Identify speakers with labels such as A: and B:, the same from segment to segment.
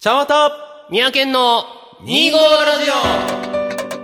A: 茶わた
B: 宮県の
A: 2
B: 2
A: 号
B: 号
A: ラ
B: ラ
A: ジ
B: ジ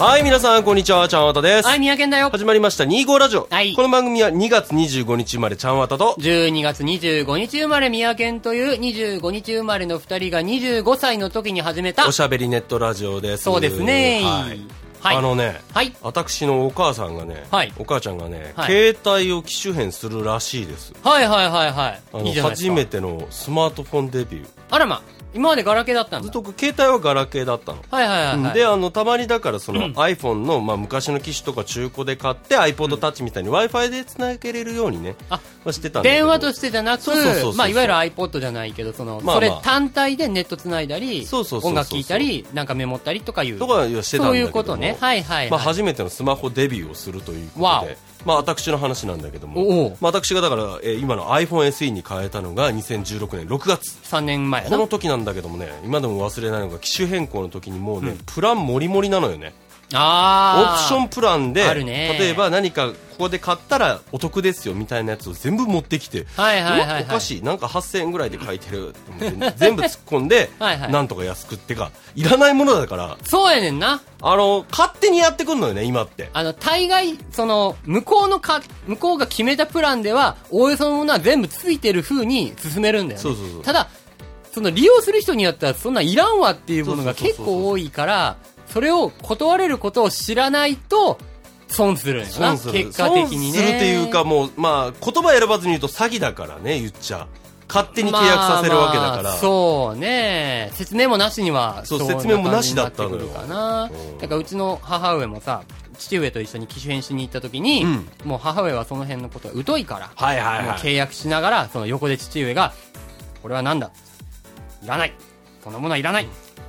A: はい、皆さん、こんにちは。ちゃんわたで
B: オ
A: す。
B: はい、宮県だよ。
A: 始まりました、2号ラジオ。
B: はい
A: この番組は2月25日生まれ、ちゃんわたと、
B: 12月25日生まれ宮県という25日生まれの2人が25歳の時に始めた
A: お。しゃべりネットラジオです。
B: そうですね。
A: はい。
B: はい。
A: あのね、
B: はい。
A: 私のお母さんがね、
B: はい
A: お母ちゃんがね、
B: はい
A: 携帯を機種変するらしいです。
B: はいはいはい
A: あ
B: はい。い
A: の
B: いじゃないです
A: 初
B: か。
A: めてのスマートフォンデビュー。
B: あらま、今までガラケーだったん
A: ずっ
B: だ。
A: と携帯はガラケーだったの。
B: はいはいはいはい。
A: であのたまにだからその iPhone の、まあ、昔の機種とか中古で買って iPodTouch みたいに w i f i でつなげれるようにね、
B: あ
A: まあ、してたんだけど
B: 電話としてじゃなく
A: そうそうそうそう、
B: まあ、いわゆる iPod じゃないけど、そ
A: ま
B: の、
A: あまあ
B: それ単体でネット繋いだり、
A: そうそうそうそう
B: 音楽聴いたり、なんかメモったりとかいう。
A: とかはしてたんだけども
B: そういうことね。はいはい、はい。
A: まあ、初めてのスマホデビューをするというこ
B: わ
A: と
B: お
A: で、まあ、私の話なんだけど
B: お
A: も
B: う、
A: まあ、私がだから、えー今の iPhoneSE に変えたのが2016年6月
B: 3年前
A: こ
B: やな
A: の。時なんだけどもね今でも忘れないのが機種変更の時にもうね、プランもりもりなのよねオ
B: ああ。
A: プションプランで
B: あるね
A: 例えば何かここで買ったらお得ですよみたいなやつを全部持ってきて、
B: はいはいはい、は
A: う
B: い。
A: わおかしいなんか8000円ぐらいで買えてると思って 全部突っ込んで
B: はいはい
A: なんとか安くってかいらないものだから
B: そうやねんな。
A: あの勝手にやってくるのよね今って
B: あの、大概、その、向こうのか、向こうが決めたプランでは、おおよそのものは全部ついてる風に進めるんだよね。
A: そうそうそう
B: ただ、その利用する人によっては、そんないらんわっていうものが
A: そうそうそう
B: 結
A: そう
B: 構多いから、それを断れることを知らないと、損するんやな。
A: 損する
B: 結果的にね。
A: 損するっていうか、もう、まあ、言葉選ばずに言うと詐欺だからね、言っちゃ。勝手に契約させるわけだから。
B: まあまあそうね説明もなしには
A: そうん
B: な感じ
A: 説明もなしだったのよ
B: になってくるかな
A: うん
B: だからうちの母上もさ父上と一緒に機種変しに行った時に、
A: うん
B: もう母上はその辺のことは疎いから、
A: はいはい
B: もう
A: はい。
B: 契約しながらその横で父上が「これは何だいらないそのものはいらない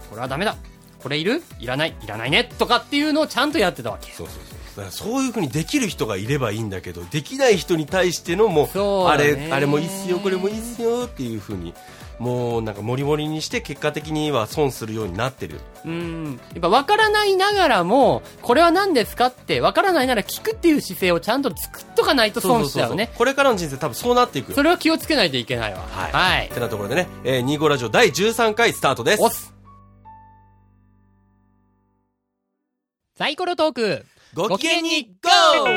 B: これはダメだこれいるいらないいらないね」とかっていうのをちゃんとやってたわけ
A: そうそうそう。だからそういうふうにできる人がいればいいんだけど、できない人に対してのもう、
B: そう
A: あ
B: だね
A: れ、あれもいいっすよ、これもいいっすよっていうふうに、もうなんかモリモリにして結果的には損するようになってる。
B: うん。やっぱ分からないながらも、これは何ですかって、分からないなら聞くっていう姿勢をちゃんと作っとかないと損しちゃうね。
A: これからの人生多分そうなっていくよ
B: それは気をつけないといけないわ。
A: はい
B: はい
A: っ。てなところでね、えー、25ラジオ第13回スタートです。
B: おっす。サイコロトーク。
A: ご機嫌に GO!
B: GO!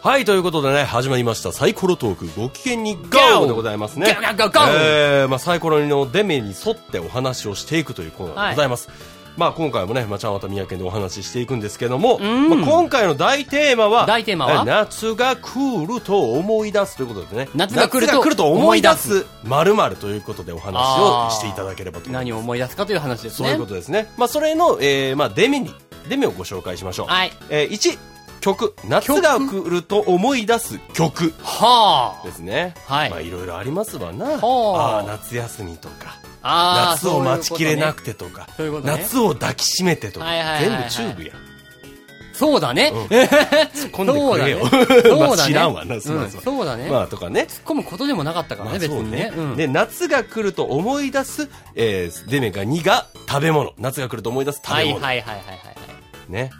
A: はい、ということでね、始まりましたサイコロトークご機嫌に GO!
B: Go！
A: でございますね。
B: Go, go, go, go!
A: えー、まあサイコロのデメに沿ってお話をしていくというコーナーでございます。まあ今回もね、まあ、ちゃんわた宮県でお話ししていくんですけども、
B: ん
A: まあ、今回の大テーマは、
B: 大テーマは
A: え夏が来ると思い出すということでね、
B: 夏が来ると
A: 夏思い出す、〇〇ということでお話をしていただければと思います。
B: 何を思い出すかという話です
A: そ
B: ね。
A: ういうことですね。まあ、それの、えーまあ、デメに、デメをご紹介しましょう。
B: はい。
A: えー、1、曲。夏が来ると思い出す曲
B: は
A: ですね。
B: はい
A: まあ、いろいろありますわな。あ
B: はあ
A: あ、夏休みとか、
B: あ。ああ。
A: 夏を待ちきれな
B: く
A: くてとか、
B: そういうことね
A: 夏を抱きしめてとか、
B: はいはいはいはい
A: 全部チューブや。
B: そうだね。
A: 突っ込んでくれよ。
B: そうだ ね
A: まあ知らんわな、すま
B: うんん
A: すまん
B: そうだね。
A: まあ、とかね。
B: 突っ込むことでもなかったから
A: まあ
B: ね、別
A: そう
B: にね
A: ね。
B: うん
A: で、夏が来ると思い出す、えー、デメが2が食べ物。夏が来ると思い出す食べ
B: は
A: 物。
B: いはいはいはいはいはい。
A: ね。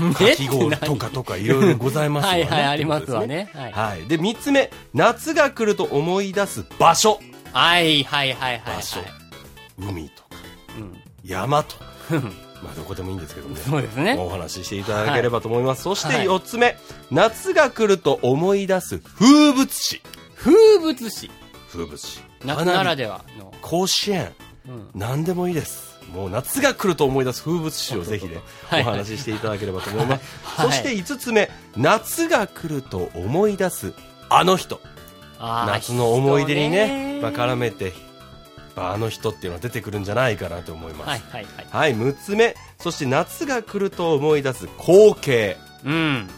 B: え
A: かき氷とかとかいろいろございますわ
B: は
A: ね。
B: いはい、ありますわね。
A: と
B: はい
A: いうことですね。。はい。で、三つ目、夏が来ると思い出す場所。
B: はいはいはいはい、は
A: 場
B: い。
A: 所。海とか、
B: うん
A: 山とか。まあ、どこでもいいんですけどね。
B: そうですね
A: お話ししていただければと思います。そし
B: は
A: て
B: い
A: 四つ目、夏が来ると思い出す風物詩。
B: 風物詩。
A: 風物詩。
B: 夏なら
A: で。
B: ではの。
A: 甲子園。
B: うん
A: 何でもいいですもう夏が来ると思い出す風物詩をぜひねお
B: はい
A: 話ししていただければと思います、
B: はい
A: そして5つ目夏が来ると思い出すあの人
B: あー
A: 夏の思い出にね
B: 人
A: まあ、絡めて、まあ、あの人っていうのは出てくるんじゃないかなと思います
B: は
A: はいい、
B: はいはい。
A: 6つ目そして夏が来ると思い出す光景
B: うん。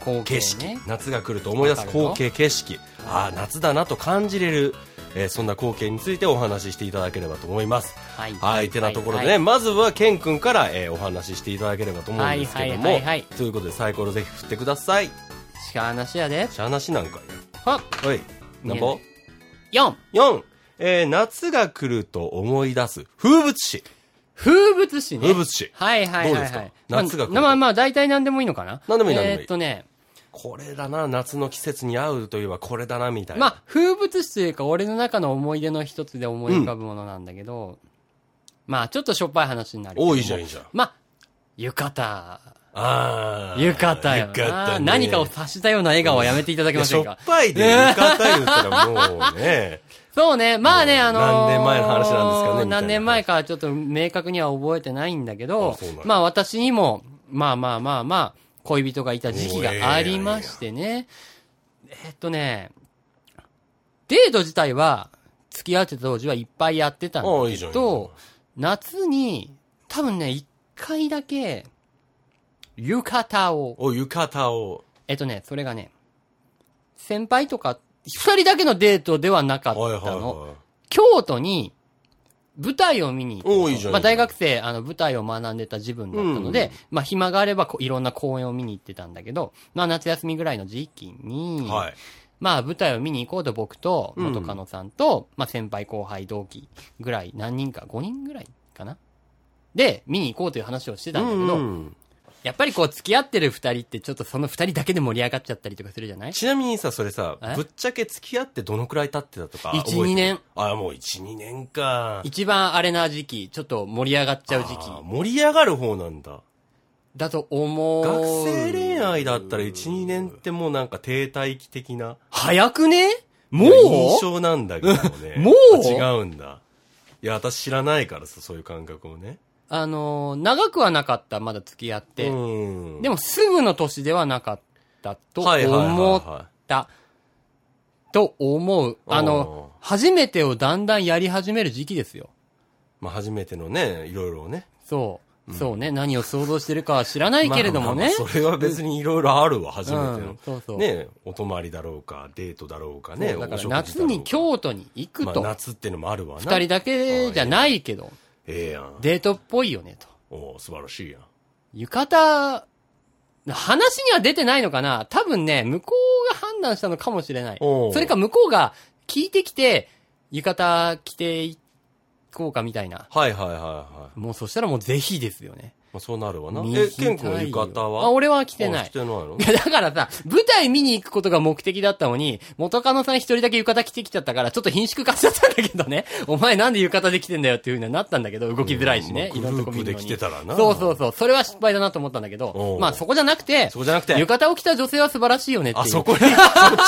B: 光景
A: 景
B: ね
A: 色、夏が来ると思い出す光
B: わか
A: 景景色ああ夏だなと感じれる、えーそんな光景についてお話ししていただければと思います
B: はい
A: はいてなところでね、
B: はい
A: まずはケン君から、えーお話ししていただければと思うんですけども、
B: はいはいはいはい
A: ということでサイコロぜひ振ってください
B: しか話やで
A: しゃあなしなんかい
B: はっ
A: おいなんぼ
B: 4
A: 4、えー夏が来ると思い出す風物詩
B: 風物詩ね
A: 風物詩
B: はいはいはい、はい、
A: どうですか夏が来る
B: まあまあまあ大体何でもいいのかな
A: 何でもいい何でもいい
B: えーっとね
A: これだな夏の季節に合うといえばこれだなみたいな、
B: まあ風物詩というか俺の中の思い出の一つで思い浮かぶものなんだけど、まあちょっとしょっぱい話になるけども
A: 多いじゃんいいじゃん
B: まあ浴衣
A: ああ
B: 浴衣よな
A: 浴衣、ね、
B: 何かを察したような笑顔はやめていただけま
A: し
B: せ
A: ょ
B: ん
A: っ
B: か
A: ぱいで浴衣言ったらもうね
B: そうね。まあね、あの
A: 何
B: ー
A: 年前の話なんですかねみたいな
B: 何年前かはちょっと明確には覚えてないんだけ
A: あ
B: ど
A: そうなんや、
B: まあ私にも、まあまあまあまあ、恋人がいた時期がありましてね。えっとね、デート自体は、付き合ってた当時はいっぱいやってたん
A: ああい
B: だ
A: いじゃん
B: け
A: いいじゃん
B: ど、夏に、多分ね、一回だけ、浴衣を、
A: お浴衣を
B: えっとね、それがね、先輩とか、一人だけのデートではなかったの。
A: はいはいは
B: 京都に舞台を見に行
A: おーいい
B: っ
A: じ
B: て
A: ゃん
B: まあ、大学生、あの、舞台を学んでた自分だったの
A: う
B: で、
A: ん
B: まあ、暇があればこういろんな公演を見に行ってたんだけど、まあ、夏休みぐらいの時期に、
A: いはい
B: まあ、舞台を見に行こうと僕と、
A: うん
B: 元カノさんと、まあ、先輩後輩同期ぐらい、何人か、5人ぐらいかな。で、見に行こうという話をしてたんだけど、
A: うん
B: やっぱりこう、付き合ってる二人って、ちょっとその二人だけで盛り上がっちゃったりとかするじゃない
A: ちなみにさそれさ
B: え
A: ぶっちゃけ付き合ってどのくらい経ってたとか覚
B: 一
A: えてる
B: 二年
A: あもう12年か
B: 一番あれな時期、ちょっと盛り上がっちゃう時期
A: あー盛り上がる方なんだ
B: だと思う。
A: 学生恋愛だったら12年ってもうなんか停滞期的な
B: 早くねも
A: 印
B: う
A: 象なんだけどもね
B: もう
A: あ違うんだいや私知らないからさそういう感覚をね
B: あのー、長くはなかった、まだ付き合って。
A: うん
B: でもすぐの年ではなかったと
A: はいはいはい
B: 思っ
A: は
B: た。と思う。あの、初めてをだんだんやり始める時期ですよ。
A: いまあ、初めてのねいろいろね
B: そう。そうね。何を想像してるかは知らないけれども
A: まあ
B: ね。
A: まあそれは別にいろいろあるわ初めて
B: うん
A: の、
B: そうそう。
A: ねお泊まりだろうかデートだろうかね
B: そうだ
A: お
B: から
A: 食事
B: 夏に
A: 日
B: 京都に行くと、
A: まあ、夏ってのもあるわな
B: 二人だけじゃないけど、
A: ええやん
B: デートっぽいよねと。
A: おう素晴らしいやん
B: 浴衣、話には出てないのかな多分ね、向こうが判断したのかもしれない。
A: おう
B: それか向こうが聞いてきて、浴衣着ていこうかみたいな。
A: はいはいはいはい、
B: もうそしたらもうぜひですよね。
A: まあ、そうなるわな
B: 見
A: え
B: たい
A: ケ
B: よ
A: ン君は浴衣は
B: あ、
A: 来
B: 俺は着てない
A: して。ないの
B: いや、だからさ、舞台見に行くことが目的だったのに、元カノさん一人だけ浴衣着てきちゃったから、ちょっと貧縮化しちゃったんだけどね。お前なんで浴衣で来てんだよっていう風になったんだけど、動きづらいしね。
A: うん
B: いろんなとこ見るのに
A: グループで来てたらな
B: そうそうそう。それは失敗だなと思ったんだけ
A: お
B: ど
A: う、
B: まあそこじゃなくて、
A: そこじゃなくて
B: 浴衣を着た女性は素晴らしいよねっていう。
A: あそこにそっ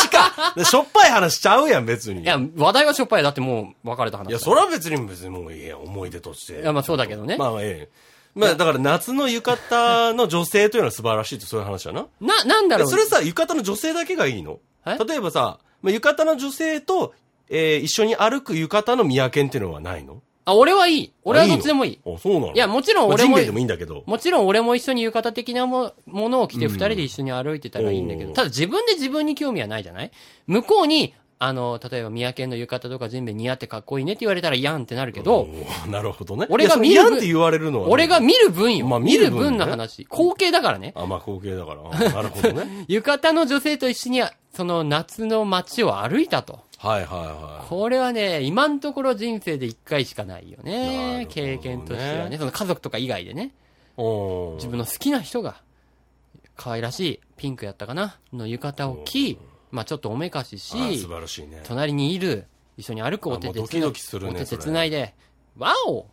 A: ちかでしょっぱい話しちゃうやん別に
B: いや、話題はしょっぱいよだってもう別れた話だ。
A: いや、それは別に別にもういいや、思い出として。
B: いやまあそうだけどね
A: まあええ。まあだから夏の浴衣の女性というのは素晴らしいってそういう話だな。
B: な、なん だろ
A: え
B: う。
A: それさ、浴衣の女性だけがいいの
B: え
A: 例えばさ、まあ、浴衣の女性と、えー一緒に歩く浴衣の宮県っていうのはないの
B: あ、俺はいい。俺はどっちでもいい。
A: あ、そうなの
B: いや、もちろん
A: まあ
B: 俺
A: ジン
B: も
A: ベエでもいいんだけど。
B: もちろん俺も一緒に浴衣的なもものを着て二人で一緒に歩いてたらいいんだけ
A: う
B: ど、
A: ん
B: ただ自分で自分に興味はないじゃない向こうに、あの、例えば三宅の浴衣とか全部似合ってかっこいいねって言われたらやんってなるけど、
A: おーなるほどね。い
B: 俺が
A: やそれ
B: 見る分
A: 嫌って言われるのはね、
B: 俺が見る分よ。
A: まあ見
B: 見
A: る
B: る
A: 分
B: 分の
A: ね
B: 話。光景だからね。
A: あ、まあ光景だから。あなるほど ね。
B: 浴衣の女性と一緒に、その夏の街を歩いたと。
A: はいはいはい。
B: これはね、今のところ人生で一回しかないよ
A: なるほど
B: ね
A: ね
B: 経験としてはね。その家族とか以外でね。
A: おー
B: 自分の好きな人が、可愛らしいピンクやったかなの浴衣を着、まあちょっとおめかしし、
A: あ素晴らしいね。
B: 隣にいる、一緒に歩くお手
A: あも
B: 手
A: うドキドキするね
B: お手
A: そ
B: 手
A: れ
B: つないで、わお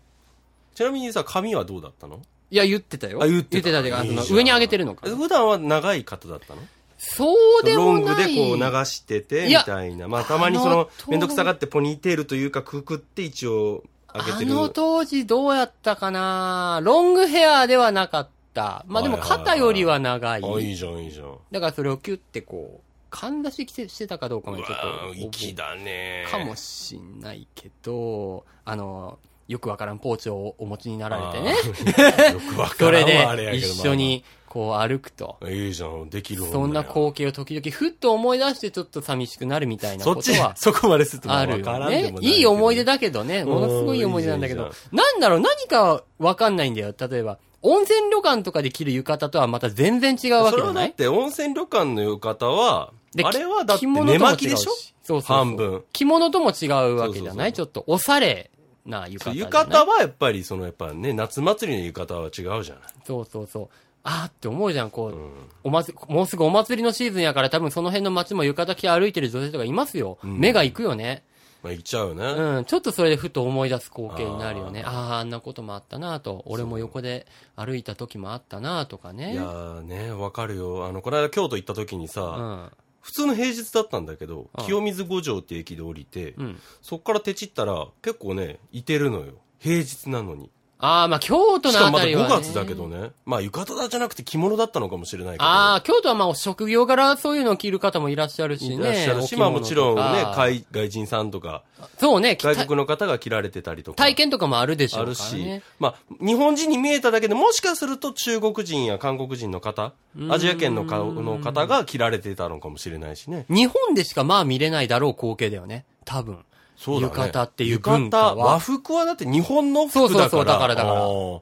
A: ちなみにさ、髪はどうだったの
B: いや、言ってたよ。
A: あ言ってた
B: 言ってたっていうか
A: いい
B: あ
A: じゃ
B: の
A: ん
B: 上に上げてるのか
A: え。普段は長い方だったの
B: そうで
A: ロ
B: も
A: ング
B: な
A: で
B: い。
A: こう流してて
B: い
A: み
B: や
A: たいな。まあたまにそ
B: あ
A: の
B: の、
A: めんどくさがってポニーテールというかくくって一応上げ
B: あ
A: てる。
B: の当時どうやったかなロングヘアではなかった。まあでも
A: はいはいはい
B: 肩よりは長い。
A: あ、いいじゃん、いいじゃん。
B: だからそれをキュってこう、かんだし着てしてたかどうか
A: う
B: まで
A: わ
B: ちょっと
A: ー
B: 覚え。
A: 粋だね。
B: かもしんないけど、あの、よくわからんポーチをお持ちになられてね。
A: あー。よくわか
B: そ
A: ら
B: れ
A: んわあれや
B: で、
A: けど
B: 一緒。にこう歩くと。
A: いいじゃん、できる
B: そんな光景を時々ふっと思い出してちょっと寂しくなるみたいな
A: そ
B: こ
A: っ
B: と
A: ち
B: は、
A: そこまですると
B: ある
A: わか
B: よ
A: らんで
B: ね
A: も。ないけど
B: いい思い出だけどね、ものすごいいい思い出なんだけ
A: うんい
B: ど
A: いじ、
B: なんだろう、何かわかんないんだよ。例えば、温泉旅館とかで着る浴衣とはまた全然違うわ
A: そ
B: け
A: れ
B: じゃ
A: は
B: な
A: だ
B: い
A: って温泉旅館の浴衣は、
B: で
A: あれはだって
B: 着物
A: 寝
B: とも違う
A: 巻きでしょ
B: そうそうそう
A: 半分。
B: 着物とも違うわけじゃないちょっとおしゃれな浴衣じゃ
A: 浴
B: ない。
A: 衣はやっぱりそのやっぱね夏祭りの浴衣は違うじゃない
B: そうそうそう。あーって思うじゃん、こう、おまつ、もうすぐお祭りのシーズンやから多分その辺の街も浴衣着て歩いてる女性とかいますよ。
A: ん
B: 目が行くよね。
A: まあ行っちゃうよね、
B: うん、ちょっとそれでふと思い出す光景になるよね。ああー、あんなこともあったなと。俺も横で歩いた時もあったなとか
A: い
B: ね
A: や。ーねわかるよあのこの間京都行った時にさ、
B: うん。
A: 普通の平日だったんだけど
B: ああ
A: 清水五条って駅で降りて、
B: うん。
A: そっから手ちったら結構ねいてるのよ平日なのに
B: ああ、まあ京都
A: し
B: の
A: か
B: あ
A: もま
B: た
A: だ
B: り
A: 5
B: は、ね。
A: 月だけどねまあ浴衣じゃなくて着物だったのかもしれないけど
B: ああ、京都はまあ職業柄そういうのを着る方もいらっしゃるしね。
A: いらっしゃるし、
B: お着
A: まあ
B: 物
A: もちろんね
B: とか、
A: 海外人さんとか、
B: そうね、着た
A: 外国の方が着られてたりとか。
B: 体験とかもあるでしょ
A: あ
B: うか
A: る
B: ら
A: し、
B: ね。
A: まあ、日本人に見えただけでもしかすると中国人や韓国人の方、アジア圏のかの方が切られてたのかもしれないしね。
B: 日本でしかまあ見れないだろう光景だよね。多分。
A: そうだね
B: 浴衣っていう文化は
A: 浴衣和服はだって日本の服だから。
B: そうそうそうだからだから
A: あー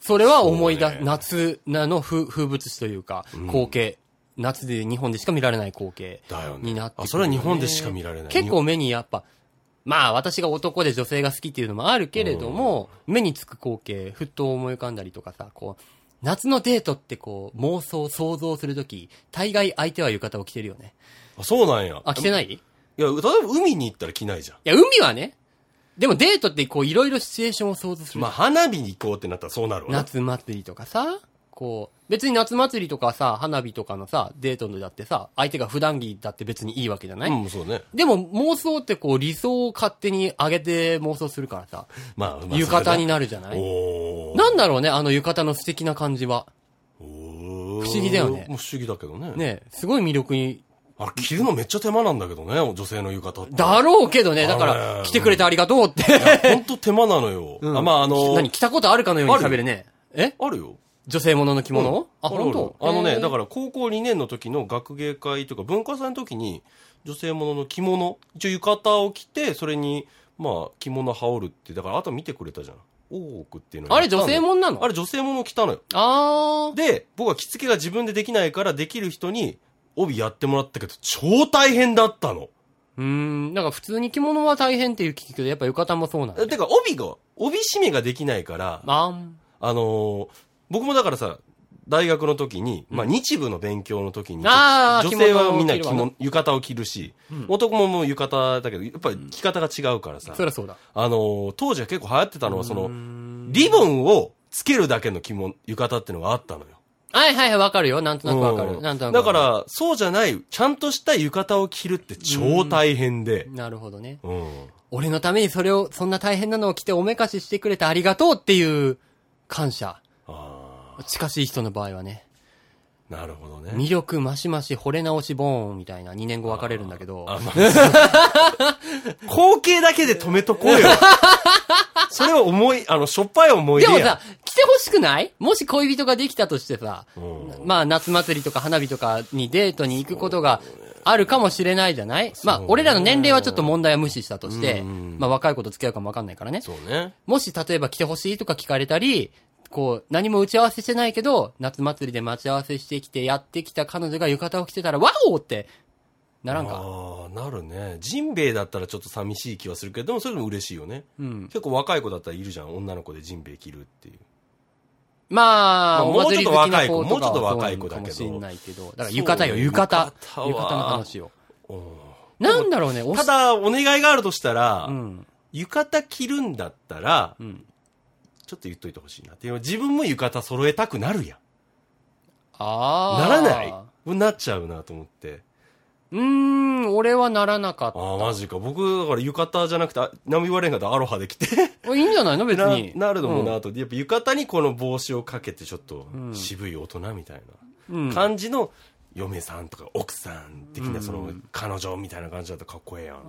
B: それは思い出、
A: そうね
B: 夏なの風風物詩というか、光景、夏で日本でしか見られない光景
A: だよね
B: になってくるよね
A: あそれは日本でしか見られない
B: 結構目にやっぱ、まあ私が男で女性が好きっていうのもあるけれども、目につく光景、ふっと思い浮かんだりとかさ、こう、夏のデートってこう、妄想、想像するとき、大概相手は浴衣を着てるよね。
A: あそうなんや。
B: あ、着てないい
A: いや、例えば海に行ったら着ないじゃん。
B: や、海はね、でもデートってこう、いろいろシチュエーションを想像するじゃん
A: まあ、花火に行こうってなったらそうなるわね。
B: 夏祭りとかさ、こう、別に夏祭りとかさ、花火とかのさ、デートのだってさ、相手が普段着だって別にいいわけじゃない、
A: うん、そうね。
B: でも妄想ってこう理想を勝手に上げて妄想するからさ、
A: まあ、まあ
B: 浴衣に
A: な
B: なるじゃない
A: おー
B: なんだろうね、あの浴衣の素敵な感じは。
A: お
B: 不思議だよね
A: もう不思議だけどね。
B: ね、すごい魅力に、
A: あれ、着るのめっちゃ手間なんだけどね、女性の浴衣って。
B: だろうけどね、だか
A: あ
B: ら
A: れ
B: 来てくれてありがとうって。
A: ほんと手間なのよ。
B: うん
A: あ、まあ、あの、
B: 何、着たことあるかのように喋るね。え
A: あるよ。
B: 女性ものの着物、あ、
A: るる
B: 本当
A: あのね、だ
B: ら。
A: から高校2年の時の学芸会というか文化祭の時に、女性ものの着物、一応浴衣を着て、それに、まあ、着物羽織るって、だからあと見てくれたじゃん。多くっていうの
B: あれ女性
A: も
B: もんなの
A: あ
B: あ
A: れ女性もの着たのよ。
B: あー。
A: で、僕は着付けが自分でできないから、できる人に帯やってもらったけど、超大変だったの。
B: うーん、なんか普通に着物は大変っていう聞くけど、やっぱ浴衣もそうなんだ
A: え。てか、帯が、帯締めができないから、
B: あん。
A: あのー僕もだからさ、大学の時に、まあ、日部の勉強の時に、
B: あー
A: 女性は
B: 着物を着るわ
A: みんな着物、浴衣を着るし、男ももう浴衣だけど、やっぱり着方が違うからさ、
B: そりゃそうだ。
A: あのー当時は結構流行ってたのは、その、
B: の
A: リボンをつけるだけの着物、浴衣ってのがあったのよ。
B: はいはいはい、わかるよ。なんとなくわか
A: う
B: る。
A: ん
B: なんとなく
A: だ
B: わ
A: か
B: る、
A: ら、そうじゃない、ちゃんとした浴衣を着るって超大変で、
B: なるほどね。
A: うん。
B: 俺のためにそれを、そんな大変なのを着ておめかししてくれてありがとうっていう感謝。
A: あ
B: 近しい人の場合はね。
A: ーなるほどね。
B: 魅力増し増し、惚れ直しボーンみたいな2年後別れるんだけど。
A: あ、まあ、光景だけで止めとこうよ。 それは思い、あの、しょっぱい思い
B: で
A: 出
B: も
A: や。
B: さ、来てほしくないもし恋人ができたとしてさ、
A: う
B: まあ夏祭りとか花火とかにデートに行くことがあるかもしれないじゃない、まあ
A: そう
B: 俺らの年齢はちょっと問題は無視したとして、
A: うん
B: まあ若い子と付き合うかもわかんないからね。
A: そうね。
B: もし例えば来てほしいとか聞かれたり、こう、何も打ち合わせしてないけど、夏祭りで待ち合わせしてきてやってきた彼女が浴衣を着てたら、ワオって、ならんか。
A: ああ、なるね。ジンベエだったらちょっと寂しい気はするけど、それでも嬉しいよね。
B: うん。
A: 結構若い子だったらいるじゃん。女の子でジンベエ着るっていう。ま
B: まあ、
A: あ
B: お祭り好きな子
A: もうちょっと
B: とかは
A: 若
B: そう
A: い
B: なの
A: 子
B: か
A: もう
B: もし
A: ちょっと若い子だけど
B: んないけど。だから浴衣よ、浴衣。
A: そう
B: 浴
A: 浴衣は
B: 衣の話よ。
A: うん
B: なんだろうね、お
A: た
B: し、
A: だ、お願いがあるとしたら、
B: うん。
A: 浴衣着るんだったら、
B: うん。
A: ちょっと言っといてほしいなっていう。自分も浴衣揃えたくなるやん。
B: あ
A: な
B: あ。
A: らないなっちゃうなと思って。
B: うーん、俺はならなかっ
A: ああ、マジか。僕、だから浴衣じゃなくて、あ何も言われんかったらアロハで着て、
B: た。いいんじゃないの別
A: な
B: に。
A: なるのもなと、やっぱ浴衣にこの帽子をかけて、ちょっと
B: うん
A: 渋い大人みたいな
B: うん。うん。
A: 感じの、嫁さんとか奥さん的
B: うんう
A: な、
B: ん
A: その、彼女みたいな感じだとかっこええやん。
B: あ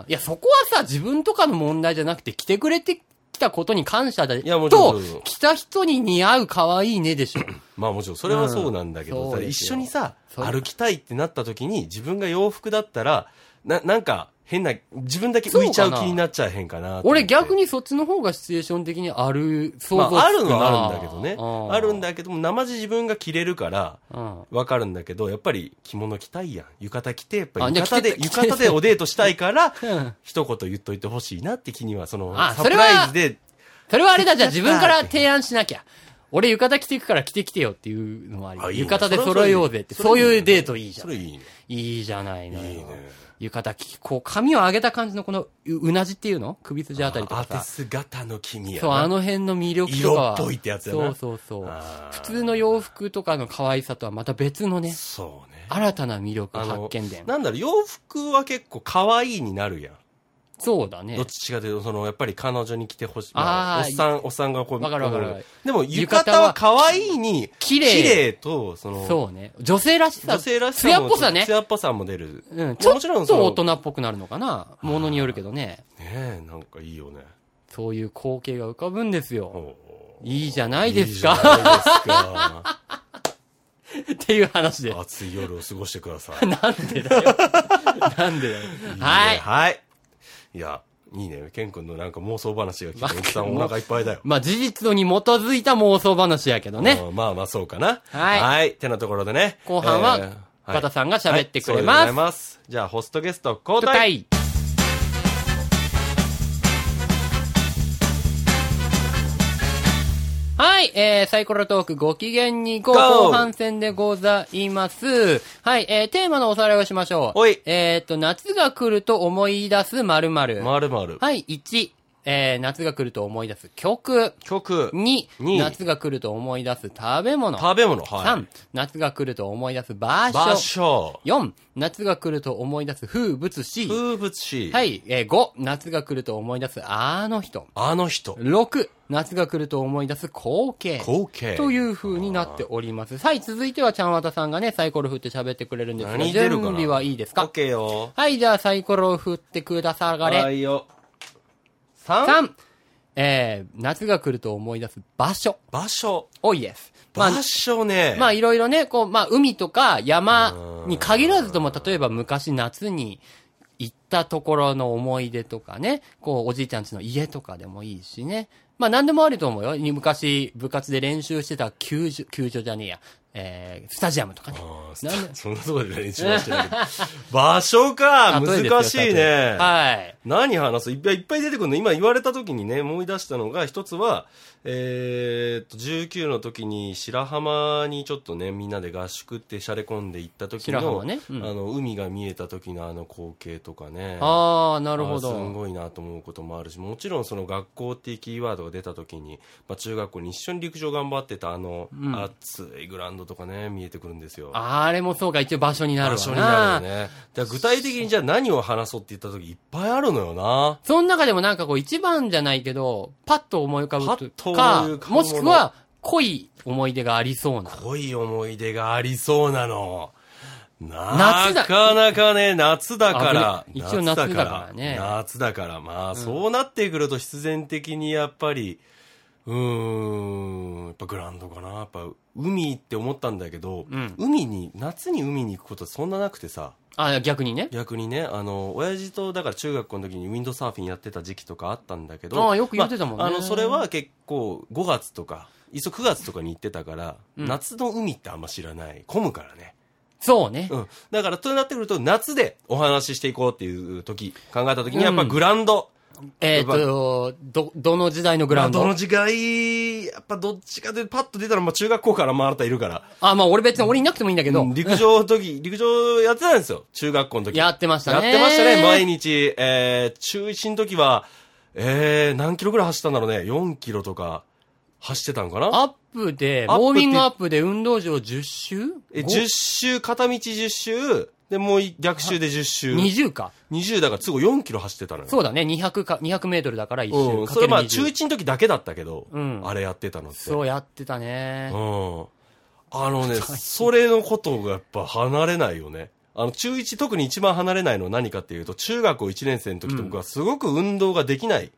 B: あ。いや、そこはさ、自分とかの問題じゃなくて、来てくれて、きたことに感謝だ
A: いやもちろんそ
B: と
A: うそう、
B: 着た人に似合う可愛いねで しょ。
A: まあもちろんそれはそうなんだけど、
B: うん
A: ただ
B: そうで
A: 一
B: すよ
A: 緒にさ
B: そう
A: 歩きたいってなった時に自分が洋服だったらななんか変な自分だけ浮いちゃう気になっちゃえへんかな
B: 俺逆
A: に
B: にそっちの方がシチュエーション的にある、想
A: ま
B: 像つくな
A: あ、あるのはあるんだけどね
B: う
A: あるんだけども生地自分が着れるから
B: うん。
A: わかるんだけどやっぱり着物着たいやん浴衣着てやっぱ
B: あ
A: り
B: じゃあ
A: 浴衣で
B: 着て
A: 浴衣でおデートしたいから
B: うん
A: 一言言っといてほしいなって気にはその
B: あ
A: サ
B: そ
A: プ
B: れは
A: ライズで
B: それはあれだ、じゃあ自分から提案しなきゃ。俺浴衣着ていくから着てきてよっていうのもあり。
A: あいいね
B: 浴衣で揃えようぜって、そういうデートいいじゃ
A: そ
B: ん。
A: れ
B: い
A: いいね
B: いじゃないのよ。
A: いいね
B: 浴衣着、こう髪を上げた感じのこのう、うなじっていうの首筋あたりと
A: アー
B: か
A: ティ
B: さ。
A: ス型の君やな
B: そう、あの辺の魅力とかは。
A: 色っぽいってやつやな
B: そうそうそう。
A: あー
B: 普通の洋服とかの可愛さとはまた別のね、
A: そうね
B: 新たな魅力
A: あの
B: 発見伝。
A: なんだろう、洋服は結構可愛いになるやん。
B: そうだね
A: どっ。ちかというと、その、やっぱり彼女に着てほしい。
B: あー
A: まあおっさん、おっさんがこう、
B: わかるわかる
A: こうでも、浴
B: 浴衣は
A: 衣は可愛いに、
B: 綺麗
A: と、その、
B: そうね。女性らしさ。
A: 女性らしさ
B: 艶っぽさね
A: 艶っぽさも出る。
B: うん。ちょ
A: もちろ
B: っ
A: んそ
B: と
A: の
B: 大人っぽくなるのかな。ものによるけどね。
A: ねえ、なんかいいよね。
B: そういう光景が浮かぶんですよ。
A: おー
B: いいじゃないです
A: いい
B: か
A: じゃないですか。
B: っていう話で。
A: 暑い夜を過ごしてください。
B: なんでだよ。なんでだよ。
A: いいね
B: はい。
A: はい。いや、いいね。ケン君のなんか妄想話が聞いて、おじさんお腹いっぱいだよ。
B: まあ事実に基づいた妄想話やけどね。
A: うんまあまあそうかな。
B: はい
A: てなところでね。
B: 後半は
A: えーはい
B: 岡田さんが喋ってく
A: はいそう
B: れます
A: でございます。じゃあ、ホストゲスト交
B: 深
A: 代。
B: い。はい、えー、サイコロトークご機嫌に行
A: Go！
B: こう後半戦でございます。はい、えー、テーマのおさらいをしましょう。
A: おい
B: えーっと、夏が来ると思い出す〇〇。
A: まるまる。
B: はい、1、えー、夏が来ると思い出す曲。
A: 曲、
B: 2、
A: 二
B: 夏が来ると思い出す食べ物。
A: 食べ物、は
B: 3
A: い。、
B: 夏が来ると思い出す場
A: 場
B: 所。
A: 所、
B: 4、夏が来ると思い出す風物詩。
A: 風物詩、
B: はい、えー、5、夏が来ると思い出すあの人。
A: あの人、
B: 6、夏が来ると思い出す光景。
A: 光景。
B: という風になっております。はい、続いてはちゃんわたさんがね、サイコロ振って喋ってくれるんですが、
A: 何
B: 準
A: 出るかな
B: 備はいいです
A: オッ
B: か
A: ケーよ。
B: はい、じゃあサイコロを振ってくださが
A: は
B: れ。
A: いよ。三
B: 3、えー、夏が来ると思い出す場所。
A: 場所。
B: おいです。まあ
A: 場所ね。
B: まあいろいろね、こう、まあ海とか山に限らずとも、例えば昔夏に行ったところの思い出とかね、こうおじいちゃんちの家とかでもいいしね。まあ何でもあると思うよ。昔部活で練習してた球場、球場じゃねえや、えー、スタジアムとかね。
A: あー
B: なん で
A: そんなとこで練習はしてないけど。場所か、
B: 例えですよ
A: 難しい
B: 例え
A: ね。
B: はい。
A: 何話すいっぱいいっぱい出てくるの今言われた時にね、思い出したのが、一つは、えーっと、19の時に白浜にちょっとね、みんなで合宿ってしゃれ込んで行った時
B: 白
A: の、
B: 浜ねうん
A: あの、海が見えた時のあの光景とかね。
B: ああ、なるほ
A: あーすん
B: ど。
A: ごいなと思うこともあるし、もちろんその学校っていうキーワードが出た時に、まあ中学校に一緒に陸上頑張ってたあの、暑いグラウンドとかね、見えてくるんですよ。
B: あれもそうか、一応場所になるわな。
A: 場所になるよね。だから具体的にじゃあ何を話そうって言った時いっぱいあるのよな。
B: その中でもなんかこう一番じゃないけど、パッと思い浮かぶという
A: パッと
B: か
A: 思い浮かぶもの
B: もしくは濃い思い出がありそうな。
A: 濃い思い出がありそうなの。な
B: 夏だ
A: かなかね、夏だから。
B: 危ない一応夏だからね
A: 夏だから。まあ、そうなってくると必然的にやっぱり、うーん、やっぱグラウンドかな。やっぱ海って思ったんだけど、
B: うん
A: 海に、夏に海に行くことそんななくてさ、
B: あ、逆にね。
A: 逆にね、あの、親父と、だから中学校の時にウィンドサーフィンやってた時期とかあったんだけど、
B: ああよく言ってたもんね
A: まああの、それは結構5月とか、いっそ9月とかに行ってたから、
B: うん
A: 夏の海ってあんま知らない。混むからね。
B: そうね。
A: うん。だから、となってくると、夏でお話ししていこうっていう時、考えた時に、やっ
B: う
A: ぱ
B: ん
A: グラウンド。
B: えっ、と、ど、どの時代のグ
A: ま
B: ラ
A: あ
B: ウンド
A: どの時代、やっぱどっちかでパッと出たら、まあ中学校からもあなたいるから、
B: あ、まあ俺別に俺いなくてもいいんだけど、
A: うん陸上の時、陸上やってたんですよ。中学校の時。
B: やってました
A: や
B: ね
A: ってましたね、毎日。えー、中1の時は、えー、何キロぐらい走ったんだろうね。4キロとか、走ってたんかな
B: アップで、ウ
A: アップって
B: ォーミングアップで運動場10周
A: え、
B: ご
A: 10周、片道10周、で、もうい逆周で10周。
B: 20か。
A: 20だから、すぐ4キロ走ってたのよ。
B: そうだね、200か、200メートルだから1周、
A: うん、
B: か
A: そ
B: け
A: れ
B: る
A: まあ
B: 20
A: 中1の時だけだったけど、
B: うん
A: あれやってたのって。
B: そうやってたね。
A: うん。あのね、それのことがやっぱ離れないよね。あの、中1、特に一番離れないのは何かっていうと、中学校1年生の時と僕はすごく運動ができない、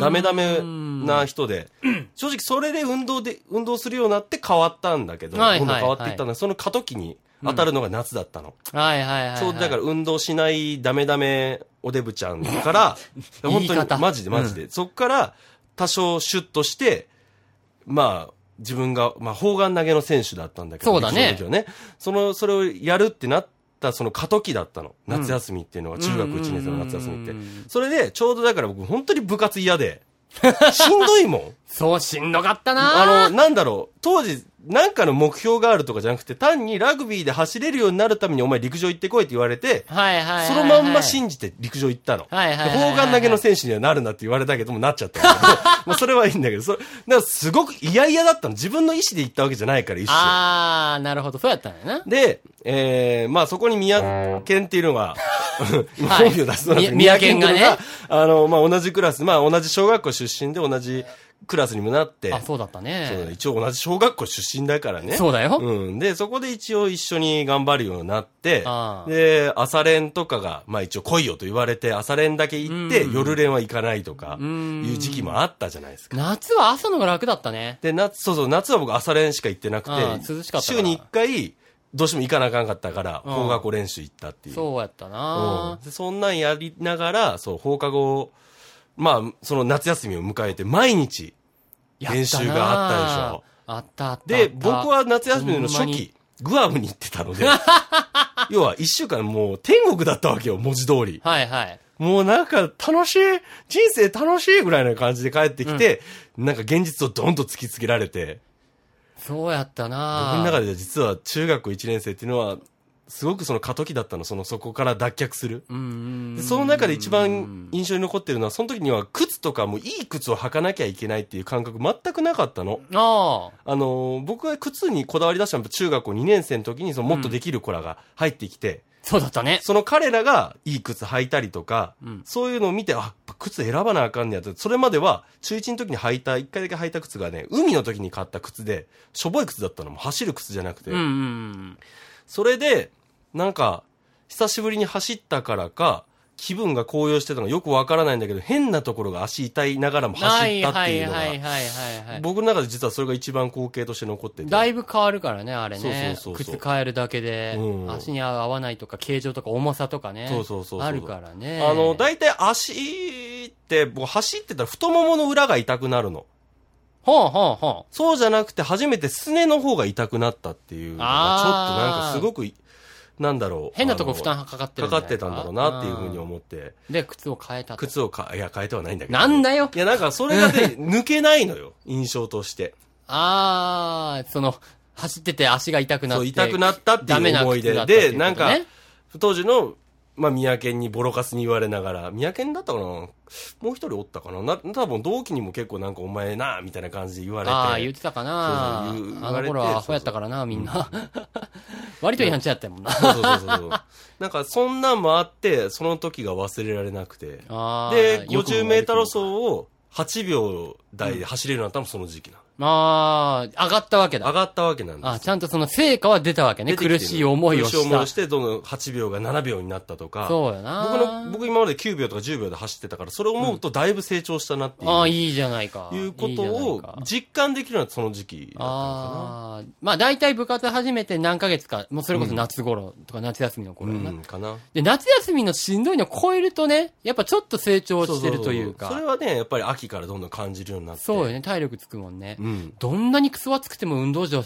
A: ダメダメな人で、正直それで運動で、運動するようになって変わったんだけど、
B: はいはい
A: 今度変わっていったんだその過渡期に当たるのが夏だったの。
B: はいはいはい。。
A: そう、だからら運動しないダメダメおデブちゃん から、
B: 言い
A: 本当に
B: 方
A: マジでマジで、そっから多少シュッとして、まあ、自分が、まあ、砲丸投げの選手だったんだけど、
B: そうだね
A: 陸上の時はね。その、それをやるってなった、その過渡期だったの。夏休みっていうのが、中学1年生の夏休みって
B: うんうんうん。
A: それで、ちょうどだから僕、本当に部活嫌で、 しんどい もん。
B: そう、しんどかったな
A: あの、なんだろう、当時、なんかの目標があるとかじゃなくて、単にラグビーで走れるようになるためにお前陸上行ってこいって言われて、
B: はいはいはいはい。
A: そのまんま信じて陸上行ったの。
B: はいはいはいはい
A: で砲丸投げの選手にはなるなって言われたけども、なっちゃったんだけど、まあそれはいいんだけど、それ、だからすごく嫌々だったの。自分の意思で行ったわけじゃないから、一緒。
B: あー、なるほど。そうやったんやな。
A: で、えー、まあそこに宮健っていうの が、今
B: はい
A: 本名出すのなんですけど
B: み宮健がね
A: 宮健っていうのがあの、まあ同じクラス、まあ同じ小学校出身で同じクラスにもなって、
B: あ、そうだった
A: そう
B: ね。
A: 一応同じ小学校出身だからね。
B: そうだよ。
A: うん。で、そこで一応一緒に頑張るようになって
B: あ、あ
A: で、朝練とかが、まあ一応来いよと言われて、朝練だけ行って、夜練は行かないとか、いう時期もあったじゃないですか。
B: 夏は朝のが楽だったね。
A: で、夏、そうそう、夏は僕朝練しか行ってなくて
B: ああ涼しか、ったから
A: 週に一回、どうしても行かなあかんかったから、放課後練習行ったっていう。
B: そうやった
A: うん
B: な
A: でそんなんやりながら、そう、放課後、まあ、その夏休みを迎えて、毎日、
B: やったな
A: 練習があったでしょ
B: あったあった。
A: で、僕は夏休みの
B: ほ
A: 初
B: んまに
A: 期、グアムに行ってたの で、要は一週間もう天国だったわけよ、文字通り。
B: はいはい。
A: もうなんか楽しい、人生楽しいぐらいな感じで帰ってきて、なんか現実をどんと突きつけられて、
B: そうやったな
A: 僕の中では実は中学1年生っていうのは、すごくその過渡期だったの、そのそこから脱却する。
B: うんうんう
A: で
B: ん。
A: その中で一番印象に残ってるのは、その時には靴とかもいい靴を履かなきゃいけないっていう感覚全くなかったの。
B: あ
A: あのー僕が靴にこだわり出したのは中学校2年生の時にそのもっとできる子らが入ってきて、
B: あ、そうだったね。
A: その彼らがいい靴履いたりとか、
B: うん
A: そういうのを見て、あ、やっぱ靴選ばなあかんねやって、それまでは中1の時に履いた、1回だけ履いた靴がね、海の時に買った靴で、しょぼい靴だったのもう走る靴じゃなくて、
B: うんうん
A: それで、なんか、久しぶりに走ったからか、気分が高揚してたのがよくわからないんだけど、変なところが足痛いながらも
B: うん。
A: 走ったっていうのが、
B: はいはいはいはいはいはい。
A: 僕の中で実はそれが一番光景として残ってて。
B: だいぶ変わるからね、あれね。
A: そうそうそうそう
B: 靴変えるだけで、
A: うん
B: 足に合う合わないとか、形状とか重さとかね。
A: そうそうそうそう
B: あるからね。
A: あの、大体足って、僕走ってたら太ももの裏が痛くなるの。
B: ほんほんほ
A: そうじゃなくて初めてすねの方が痛くなったっていうのが、ちょっとなん
B: あー
A: かすごくい、なんだろ
B: ん。
A: う。
B: 変なとこ
A: あの
B: 負担かかってる
A: か
B: んじ
A: か
B: ゃない
A: ってたんだろうなっていうふうに
B: ん
A: 思って、
B: で、靴を変えたと。
A: 靴をか、いや、変えてはないんだけど。
B: なんだよ
A: いや、なんかそれがね、抜けないのよ。 印象として。
B: あー、その、走ってて足が痛くなっ
A: そ
B: て。
A: う、痛くなったって
B: ダメ
A: いう
B: な
A: 思い
B: 靴だ
A: 出
B: ったってい
A: で、
B: うことね
A: なんか、当時の、まあ、宮県にボロカスに言われながら、宮県だったかなもう一人おったかなな、多分同期にも結構なんかお前な、みたいな感じで言われて。
B: ああ、言ってたかな
A: そうそう言う
B: あ
A: 言わ
B: の
A: れて
B: 頃はアホやったからな、みんな。 割と違反ちゃったもんな。
A: そうそうそうそう。なんか、そんなんもあって、その時が忘れられなくて。
B: あ
A: で、
B: ーよくも悪く
A: 50
B: も
A: メーター走を8秒台で走れるようになったのもその時期な
B: まあ、上がったわけ
A: の。上
B: だ。
A: がったわけなんですよ
B: あ、ちゃんとその成果は出たわけ
A: 出
B: ね。
A: てきて
B: 苦
A: る
B: しい思いを
A: 苦しい思いを
B: し
A: して、どんどん8秒が7秒になったと
B: た。
A: か。
B: そうやな
A: 僕の、僕今まで9秒とか10秒で走ってたから、それを思うとだいぶ成長したなっていう、
B: ああ、いいじゃないか。
A: いうこと
B: いい
A: を
B: じゃないか
A: 実感できるのはその時期だったのか
B: ああ、まあ大体部活始めて何ヶ月か、もうそれこそ夏頃とか夏休みの
A: な。
B: 頃やな。
A: うん、かな。
B: で、夏休みのしんどいのを超えるとね、やっぱちょっと成長してるというか。
A: そ
B: そう
A: れはね、やっぱり秋からどんどん感じるようになって。
B: よね、体力つくもんね。
A: うん。
B: どんなにクソ暑くても運動場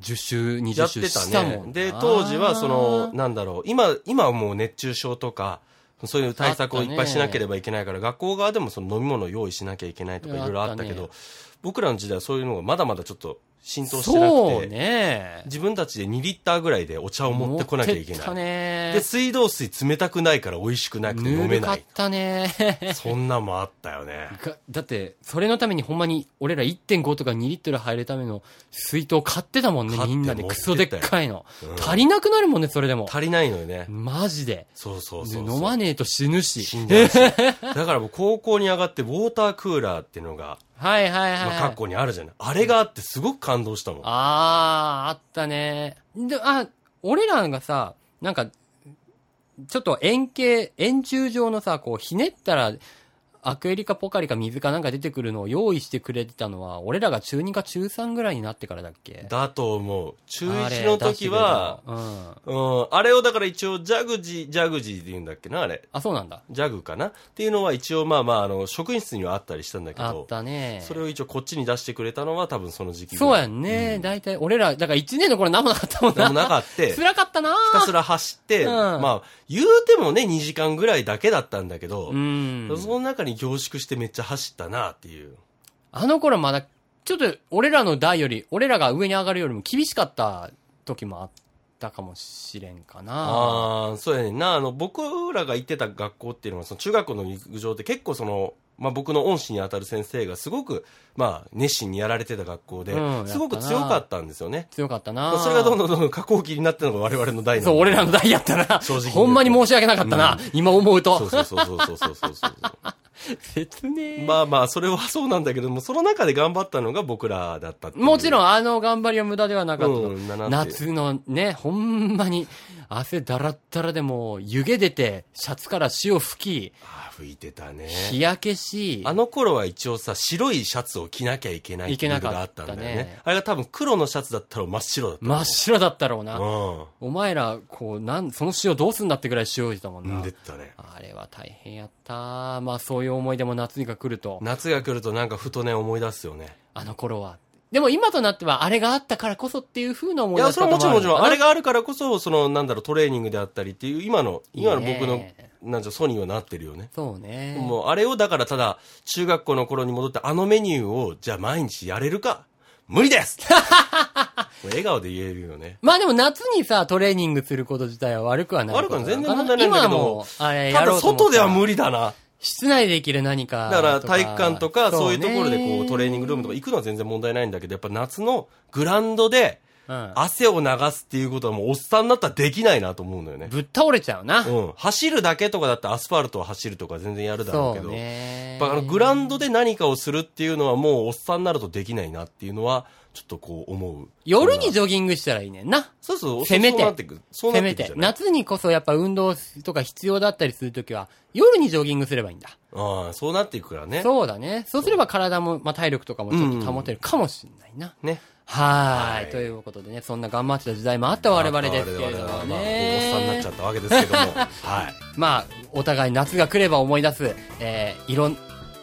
B: 10周、
A: や
B: 20
A: って
B: 周
A: た
B: した
A: ね
B: もん。
A: で、当時はその、
B: あー
A: なんだろう、今、今はもう熱中症とか、そういう対策をいっぱいしなければいけないから、学校側でもその飲み物を用意しなきゃいけないとかいろいろあったけ
B: あ
A: ど、
B: っ
A: 僕らの時代はそういうのがまだまだちょっと浸透してなく
B: そう
A: て、
B: ね。
A: 自分たちで2リッターぐらいでお茶を持ってこなきゃいけ
B: 持って
A: な
B: た
A: い。
B: ね
A: で、水道水冷たくないから美味しくなくて飲
B: ぬ
A: め
B: るか
A: な
B: っ
A: い。
B: たね。
A: そんなんもあったよね。
B: がだって、それのためにほんまに、俺ら1.5とか2リットル入るための水筒買ってたもんね、
A: 買って
B: みんなで。
A: 持っ
B: ク
A: てった
B: ソ
A: よ
B: でっかいの。
A: うん
B: 足りなくなるもんね、それでも。
A: 足りないのよね。
B: マジで。
A: そうそう
B: ね
A: そうそう。
B: 飲まねえと死ぬ
A: 死
B: し。
A: んじゃ うしだからもう高校に上がってウォータークーラーっていうのが、
B: はいはいはい。
A: まあ、過去にあるじゃない。あれがあってすごく感動したもん。
B: あー、あったね。で、あ、俺らがさ、なんか、ちょっと円形、円柱状のさ、こう、ひねったら、アクエリかポカリか水かなんか出てくるのを用意してくれてたのは、俺らが中2か中3ぐらいになってからだっけ
A: だと思う。中1の時は、
B: あれ出してくれたのうん。
A: うん、あれをだから一応、ジャグジー、ジャグジーって言うんだっけな、あれ。
B: あ、そうなんだ。
A: ジャグかなっていうのは一応、まあまあ、あの、職員室にはあったりしたんだけ
B: あ
A: ど
B: っ、たね。
A: それを一応こっちに出してくれたのは多分その時期ぐ
B: そう
A: らい
B: やんね。大体、俺ら、だから1年の頃何もなかったもんな。
A: 何もなかった。ひ
B: 辛かったな
A: たすら走って、
B: うん
A: まあ、言うてもね、2時間ぐらいだけだったんだけど、
B: うん。
A: その中に凝縮してめっちゃ走ったなっていう。
B: あの頃まだ、ちょっと俺らの代より、俺らが上に上がるよりも厳しかった時もあったかもしれんかな。
A: ああ、そうやねんな。あの、僕らが行ってた学校っていうのは、その中学校の陸上って結構その、まあ僕の恩師に当たる先生がすごく、まあ熱心にやられてた学校で、
B: うん
A: すごく
B: やったな
A: 強かったんですよね。
B: 強かったな
A: まあそれがどんどんどんどん下降期になってるのが我々の代なんで
B: そう、俺らの代やったな。
A: 正直に言うと
B: ほんまに申し訳なかったな。今思う
A: そう
B: と。
A: そうそうそうそうそうそうそう。
B: 説明。
A: まあまあ、それはそうなんだけども、その中で頑張ったのが僕らだったっていう
B: もちろ、
A: うん
B: あの頑張りは無駄ではなかったと。
A: ん、なんて
B: 夏のね、ほんまに、汗だらったらでもう、湯気出て、シャツから塩吹
A: ああ、吹いてたね
B: き、。日焼けし、
A: あの頃は一応さ、白いシャツを着なきゃいけないっていうのがあったんだよ
B: いけ
A: ね。
B: なかったね
A: あれが多分黒のシャツだったら真っ白だった。
B: 真っ白だったろうな。
A: 白。
B: お前ら、こう、なん、その塩どうすんだってぐらい塩いてたもん
A: うん。
B: な。
A: 出てたね。
B: あれは大変やった。まあそういう思い出も夏にが来ると、
A: 夏が来るとなんかふとね、思い出すよね。
B: あの頃は。でも今となっては、あれがあったからこそっていう風な思
A: い
B: い出
A: や、
B: し
A: それは
B: 方
A: もちろんもちろん、あれ
B: が
A: があるからこそ、その、なんだろう、トレーニングであったりっていう、今の、今の僕
B: いい
A: の
B: ね、
A: なんじゃ、ソニーはなってるよね。
B: そうね。
A: もうあれをだからただ、中学校の頃に戻ってあのメニューを、じゃあ毎日やれるか無理です もう笑顔で言えるよね。
B: まあでも夏にさ、トレーニングすること自体は悪くはないこ
A: 悪
B: と
A: くは全然
B: か
A: 問題ないんだけど
B: 今はもう、あれや
A: た
B: ろ
A: だ
B: うと思
A: 外
B: った
A: で
B: ら
A: は無理だな。
B: 室内できる何か
A: だか
B: と。
A: ら体育館とかそういうところでこうトレーニングルームと
B: か
A: か行くのは全然問題ないんだけど、やっぱ夏のグラウンドで
B: うん。
A: 汗を流すっていうことはもうおっさんになったらできないなと思うのよね。
B: ぶっ倒れちゃうな。
A: うん。走るだけとかだったらアスファルトを走るとか全然やるだろう
B: そ
A: け
B: う
A: ど。
B: ね
A: やっ。ぱあのグラウンドで何かをするっていうのはもうおっさんになるとできないなっていうのはちょっとこう思う。
B: 夜にジョギングしたらいいねんな。
A: そうそう、
B: せめて
A: そうなってくる。そうな
B: せ
A: っ
B: め
A: てくる
B: て
A: じゃ。ない
B: 夏にこそやっぱ運動とか必要だったりするときは、夜にジョギングすればいいんだ。
A: ああ、そうなっていくからね。
B: そうだね。そうすれば体も、まあ、体力とかもちょっと保てるかもしれないな。
A: ね。
B: は
A: は
B: ーい
A: い
B: ということでね、そんな頑張ってた時代もあった我々ですけれど
A: 我
B: も
A: 々はまあおっさんになっちゃ
B: ね
A: っ。たわけですけども。はい。
B: まあ、お互い夏が来れば思い出す、えー、いろん、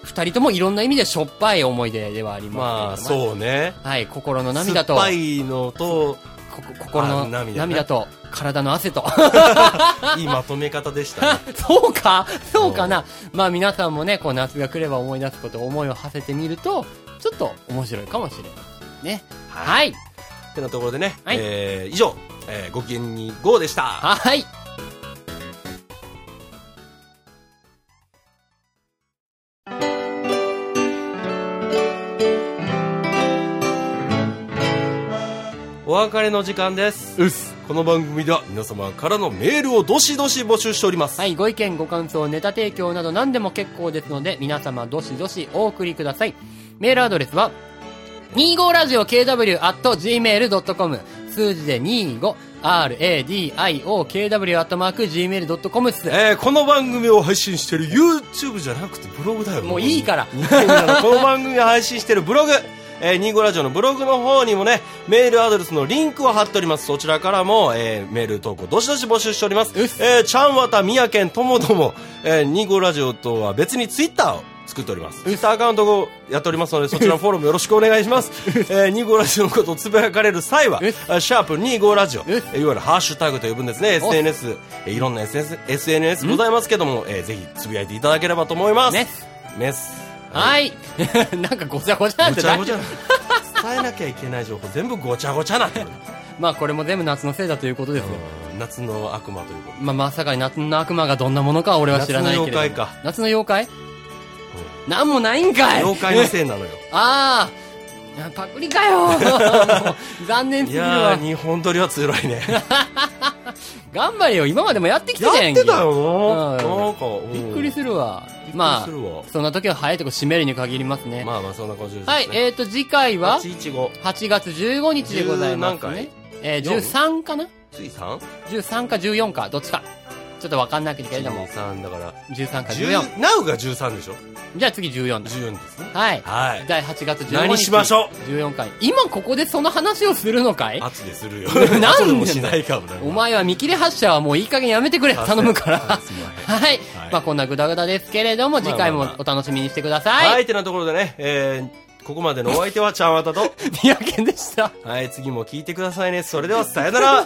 B: 二人ともいろんな意味でしょっぱい思い出ではあり
A: まあ、
B: ますけれども。
A: そうね。
B: はい、心の
A: 酸
B: 涙
A: っ
B: と、
A: ぱいのと、
B: こ心の
A: あ涙ね
B: 涙と、体の汗と。
A: いいまとめ方でしたね。
B: そうかそうかなまあ皆さんもね、こう夏が来れば思い出すこと、思いを馳せてみると、ちょっと面白いかもしれないですね。
A: はい。
B: はい
A: ってなところでね、
B: はい
A: えー以上、えーご機嫌に GO でした。
B: はい
A: お別れの時間です。この番組では皆様からのメールをどしどし募集しております。
B: はい、ご意見、ご感想、ネタ提供など何でも結構ですので、皆様どしどしお送りください。メールアドレスは、25radio.kw.gmail.com 数字で 25radio.kw.gmail.com っす。
A: えーこの番組を配信してる YouTube じゃなくてブログだよ
B: もういいから
A: 日本なのこの番組を配信してるブログえー、ニーゴラジオのブログの方にもね、メールアドレスのリンクを貼っております。そちらからも、えーメール投稿、どしどし募集しております。
B: うっす
A: えーちゃんわた、みやけん、ともども、えーニーゴラジオとは別にツイッターを作っております。ツイッターアカウントをやっておりますので、そちらのフォローもよろしくお願いします。えーニーゴラジオのことをつぶやかれる際は、
B: う
A: え
B: っ
A: ーシャープ25ラジオ、
B: う
A: え
B: っ
A: ーいわゆるハッシュタグと呼ぶんですね。
B: お
A: SNS、えーいろんな SNS, SNS ございますけども、えーぜひつぶやいていただければと思います。
B: ね。
A: メス。
B: はい。 なんかごちゃごちゃな
A: ご
B: んて
A: ちゃ
B: 大
A: ご
B: 丈
A: ち
B: 夫
A: ゃな。伝えなきゃいけない情報全部ごちゃごちゃなってる。
B: まあこれも全部夏のせいだということですよ。
A: うん夏の悪魔ということ。
B: まあ、まさか夏の悪魔がどんなものかは俺は知らないけれど
A: 夏の妖
B: も。
A: 怪か
B: 夏の妖怪なんもないんかい
A: 妖怪のせいなのよ。
B: ああパクリかよ もう残念す
A: い
B: ぎ
A: や
B: るわ
A: ー、。日本撮りは辛い ね。
B: 頑張れよ、今までもやってきた
A: や
B: じ
A: っ
B: ゃんけ
A: てたよな。
B: うん
A: なんか、うん
B: びっくりするわ。
A: びっくりする
B: まあ、
A: わ
B: そんな時は早いとこ締めるに限りますね。
A: まあまあ、そんな感じですね。
B: はい、えーと、次回は
A: 815。
B: 8月15日でございます
A: 10何
B: ね
A: 回。
B: えー、
A: 四
B: 13かな
A: ついさん
B: 13か14か、どっちか。ちょっとわかんなくてけれども、
A: 13だから、
B: 13か14。
A: 10、ナウが13でしょ
B: じゃあ次14だ。
A: ?14 ですね。
B: はい。
A: はい。
B: 第8月15日。
A: 何しましょ
B: 14回。今ここでその話をするのかい
A: 圧でするよ。
B: なんで
A: 後でもしないかもな
B: お前は見切れ発車はもういい加減やめてくれ。頼むから。
A: あすい ません
B: はい。
A: はい
B: まあこんなグダグダですけれども、
A: まあ
B: 次回
A: まあま
B: もお楽しみにしてください。
A: はい、てなところでね、えー、ここまでのお相手はちゃんわたと。
B: 宮健でした。
A: はい、次も聞いてくださいね。それでは、さよなら